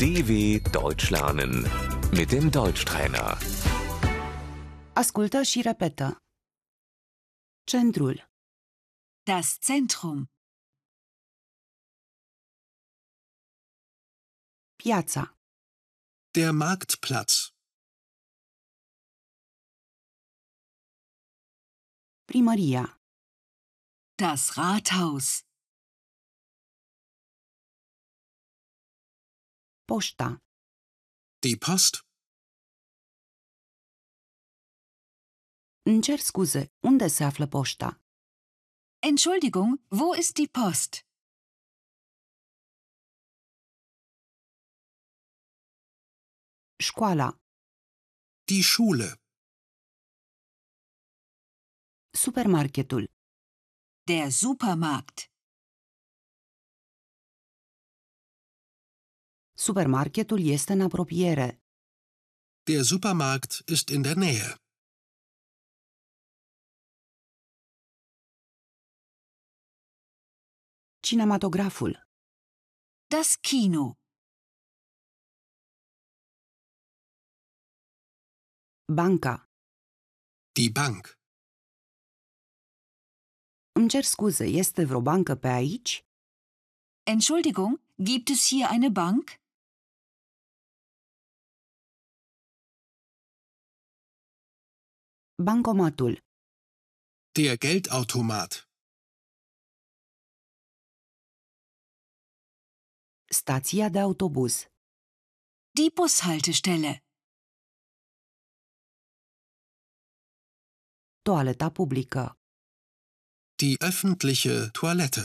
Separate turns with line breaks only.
DW Deutsch lernen mit dem Deutschtrainer.
Ascultă și repetă. Centrul,
Das Zentrum,
piața,
Der Marktplatz.
primăria,
das Rathaus,
poșta,
Die Post.
îmi cer scuze, unde se află poșta?
Entschuldigung, wo ist die Post?
Școala,
Die Schule.
supermarketul,
Der Supermarkt,
supermarketul este în apropiere,
Der Supermarkt ist in der Nähe.
cinematograful,
das Kino,
banca.
Die Bank.
Îmi cer scuze, este vreo bancă pe aici?
Entschuldigung, gibt es hier eine Bank?
Bancomatul,
Der Geldautomat.
stația de autobuz,
Die Bushaltestelle,
toaleta publică,
Die öffentliche Toilette.